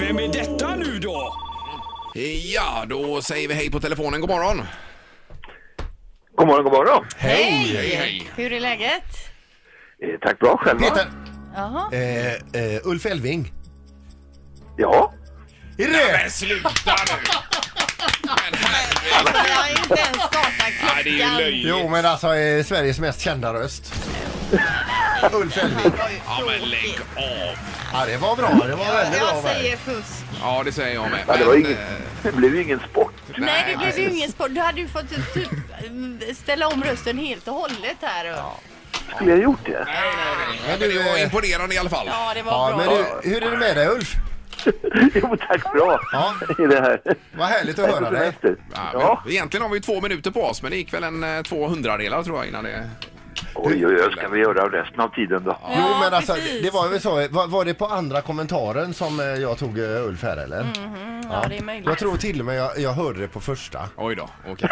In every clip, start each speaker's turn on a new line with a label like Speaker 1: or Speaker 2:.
Speaker 1: Vem är detta nu då?
Speaker 2: Ja, då säger vi hej på telefonen. God morgon!
Speaker 3: God morgon, god morgon.
Speaker 2: Hej! Hej, hej!
Speaker 4: Hur är läget?
Speaker 3: Eh, tack bra själva.
Speaker 5: Peter,
Speaker 4: Jaha.
Speaker 5: eh, eh, Ulf Elving.
Speaker 3: Ja.
Speaker 5: Är det?
Speaker 2: Men sluta nu! Men herregud!
Speaker 4: Jag har inte ens startat
Speaker 2: Nej, det är ju
Speaker 4: klockan.
Speaker 2: löjligt.
Speaker 5: Jo, men alltså eh, Sveriges mest kända röst. Ulf Elving.
Speaker 2: Ja, men lägg av!
Speaker 5: Ja, det var bra. Det var väldigt bra.
Speaker 4: Jag
Speaker 5: Berg.
Speaker 4: säger fusk.
Speaker 2: Ja, det säger jag med.
Speaker 3: Ja, det, var
Speaker 2: Men,
Speaker 3: ingen,
Speaker 2: eh,
Speaker 3: det blev ju ingen sport.
Speaker 4: Nej, det blev ju
Speaker 2: precis.
Speaker 4: ingen sport. Du hade ju fått typ mm, ställa om rösten helt och hållet här. Ja,
Speaker 3: Skulle jag gjort det?
Speaker 2: Nej, nej, nej. Men
Speaker 5: du,
Speaker 2: det var
Speaker 5: eh,
Speaker 2: imponerande i alla fall.
Speaker 4: ja det var bra.
Speaker 5: Ja, men du, hur är det med dig Ulf?
Speaker 3: jo, tack bra.
Speaker 5: Ja.
Speaker 3: I det här.
Speaker 5: Vad härligt att höra dig.
Speaker 3: Efter.
Speaker 2: Ja, men
Speaker 3: Ja.
Speaker 2: Egentligen har vi ju två minuter på oss, men det gick väl en eh, två hundradelar tror jag innan det...
Speaker 3: Oj, oj, oj. Ska vi göra resten av tiden då?
Speaker 5: Jo, men alltså,
Speaker 4: precis.
Speaker 5: det det var väl så. Var, var det på andra kommentaren som eh, jag tog eh, Ulf här eller?
Speaker 2: Mm.
Speaker 4: ja, det är möjligt.
Speaker 5: Jag tror till och med jag, jag hörde det på första.
Speaker 2: Oj då, okej.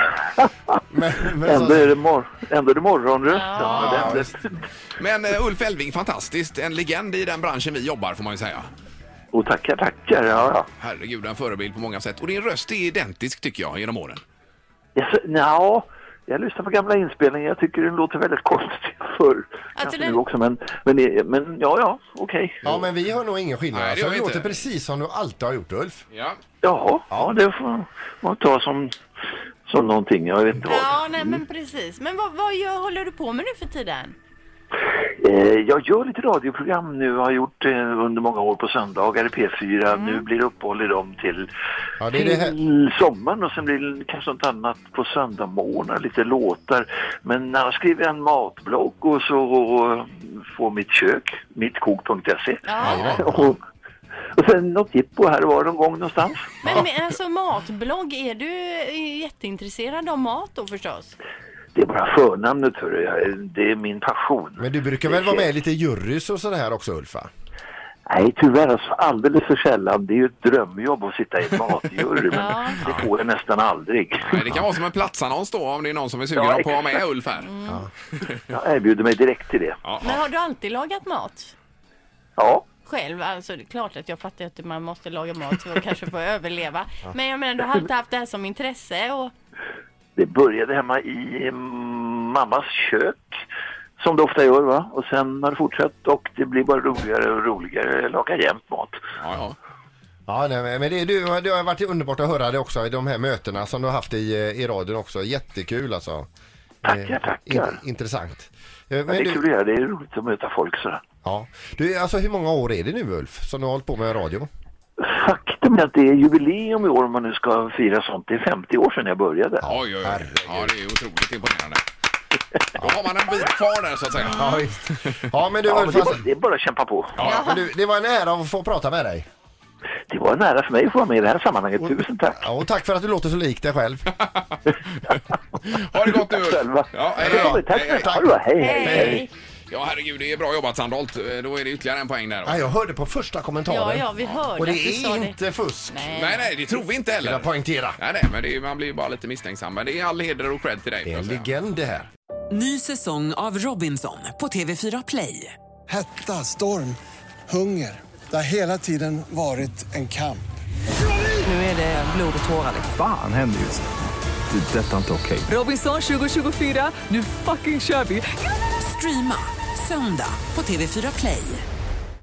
Speaker 5: Men, men
Speaker 3: Ändå är
Speaker 5: så,
Speaker 3: det, mor- ändå är det morgonrösten. och det ändå-
Speaker 2: Men eh, Ulf Elving, fantastiskt. En legend i den branschen vi jobbar, får man ju säga.
Speaker 3: Och tackar, tackar. Ja, ja.
Speaker 2: Herregud, en förebild på många sätt. Och din röst är identisk, tycker jag, genom åren.
Speaker 3: Yes, nja, jag lyssnar på gamla inspelningar. Jag tycker den låter väldigt konstig förr. Kanske
Speaker 4: den-
Speaker 3: nu också, men, men, men ja, ja, okej.
Speaker 5: ja, men vi hör nog ingen skillnad.
Speaker 2: Nej, det
Speaker 5: Alltså,
Speaker 2: gör
Speaker 5: det
Speaker 2: vi
Speaker 5: låter
Speaker 2: inte.
Speaker 5: precis som du alltid har gjort Ulf.
Speaker 2: Ja.
Speaker 3: Jaha, ja, det får man ta som, som någonting. Jag vet inte vad.
Speaker 4: Ja, nej men precis. Men vad, vad gör, håller du på med nu för tiden?
Speaker 3: Eh, Jag gör lite radioprogram nu, har gjort eh, under många år på söndagar i P4.
Speaker 4: Mm.
Speaker 3: Nu blir det uppehåll i dem till,
Speaker 5: Ja, det är det här-
Speaker 3: till sommaren och sen blir det kanske något annat på söndagmorgnar, lite låtar. Men jag skriver en matblogg och så får mitt kök, mittkok.se.
Speaker 4: Ja.
Speaker 3: Och, och sen något jippo här och var någon gång någonstans.
Speaker 4: Men men, alltså matblogg, är du eh, jätteintresserad av mat då förstås?
Speaker 3: Det är bara förnamnet, hörru. Jag- det är min passion.
Speaker 5: Men du brukar väl vara med i lite jurys och sådär också Ulf? Va?
Speaker 3: Nej, tyvärr alltså, alldeles för sällan. Det är ju ett drömjobb att sitta i en matjury, men
Speaker 4: Ja.
Speaker 3: det får jag nästan aldrig.
Speaker 2: Nej, det kan vara som en platsannons då, om det är någon som är sugen
Speaker 3: Ja,
Speaker 2: på att ha med
Speaker 3: exakt.
Speaker 2: Ulf här.
Speaker 3: Jag erbjuder mig direkt till det.
Speaker 2: Ja,
Speaker 4: Men
Speaker 2: ja.
Speaker 4: har du alltid lagat mat?
Speaker 3: Ja,
Speaker 4: själv. Alltså det är klart att jag fattar att man måste laga mat för att kanske få överleva. Men jag menar du har alltid haft det här som intresse och
Speaker 3: det började hemma i mm, mammas kök, som det ofta gör va. Och sen har det fortsatt och det blir bara roligare och roligare. Jag lagar jämt mat.
Speaker 2: Ja,
Speaker 5: Ja, nej, men men det, du, det har varit underbart att höra det också i de här mötena som du har haft i, eh, i radion också. Jättekul alltså.
Speaker 3: Tackar, tackar.
Speaker 5: intressant. Eh, Men
Speaker 3: Det är
Speaker 5: du,
Speaker 3: kul att göra. Det är roligt att möta folk sådär.
Speaker 5: ja. du, alltså, hur många år är det nu Ulf som du har hållit på med radio?
Speaker 3: Faktum är att det är jubileum i år om man nu ska fira sånt. Det är 50 år sedan jag började.
Speaker 2: ja. Oj, oj, oj.
Speaker 5: herregud.
Speaker 2: Ja, det är otroligt imponerande. Då har man en bit kvar där, så att säga.
Speaker 4: Mm.
Speaker 5: Ja, visst. Ja, men du
Speaker 3: Ja, men
Speaker 5: Ulf,
Speaker 3: det, är bara,
Speaker 5: alltså,
Speaker 3: det är bara att kämpa på.
Speaker 5: men du, det var en ära att få prata med dig.
Speaker 3: Det var en ära för mig att få vara med i det här sammanhanget. Tusen tack.
Speaker 5: Ja, och tack för att du låter så lik dig själv.
Speaker 2: Ha det gott nu,
Speaker 3: Tack
Speaker 2: Ulf.
Speaker 3: själva.
Speaker 2: Ja, hej,
Speaker 3: Ja,
Speaker 2: hej,
Speaker 3: men Tack
Speaker 2: hej,
Speaker 3: för
Speaker 2: hej.
Speaker 3: att du var här. Hej, hej.
Speaker 4: hej!
Speaker 2: Ja, herregud, det är bra jobbat Sandholt. Eh, Då är det ytterligare en poäng där. då.
Speaker 5: Ja, jag hörde på första kommentaren.
Speaker 4: Ja, ja, vi hörde
Speaker 5: Och det
Speaker 4: att du sa
Speaker 5: är
Speaker 4: det.
Speaker 5: inte fusk.
Speaker 4: Nej.
Speaker 2: Nej, nej, det tror vi inte
Speaker 5: Vill
Speaker 2: heller.
Speaker 5: jag poängtera.
Speaker 2: Nej, nej, men det är, man blir ju bara lite misstänksam. Men det är all heder och cred till dig.
Speaker 5: Det är
Speaker 2: får
Speaker 5: en
Speaker 2: jag säga.
Speaker 5: legend det här.
Speaker 6: Ny säsong av Robinson på TV4 Play.
Speaker 7: Hetta, storm, hunger. Det har hela tiden varit en kamp.
Speaker 6: Nu är det blod och tårar. liksom.
Speaker 8: Fan händer just nu. Det. är Detta är inte okej.
Speaker 6: Robinson 2024, nu fucking kör vi! Streama söndag på TV4 Play.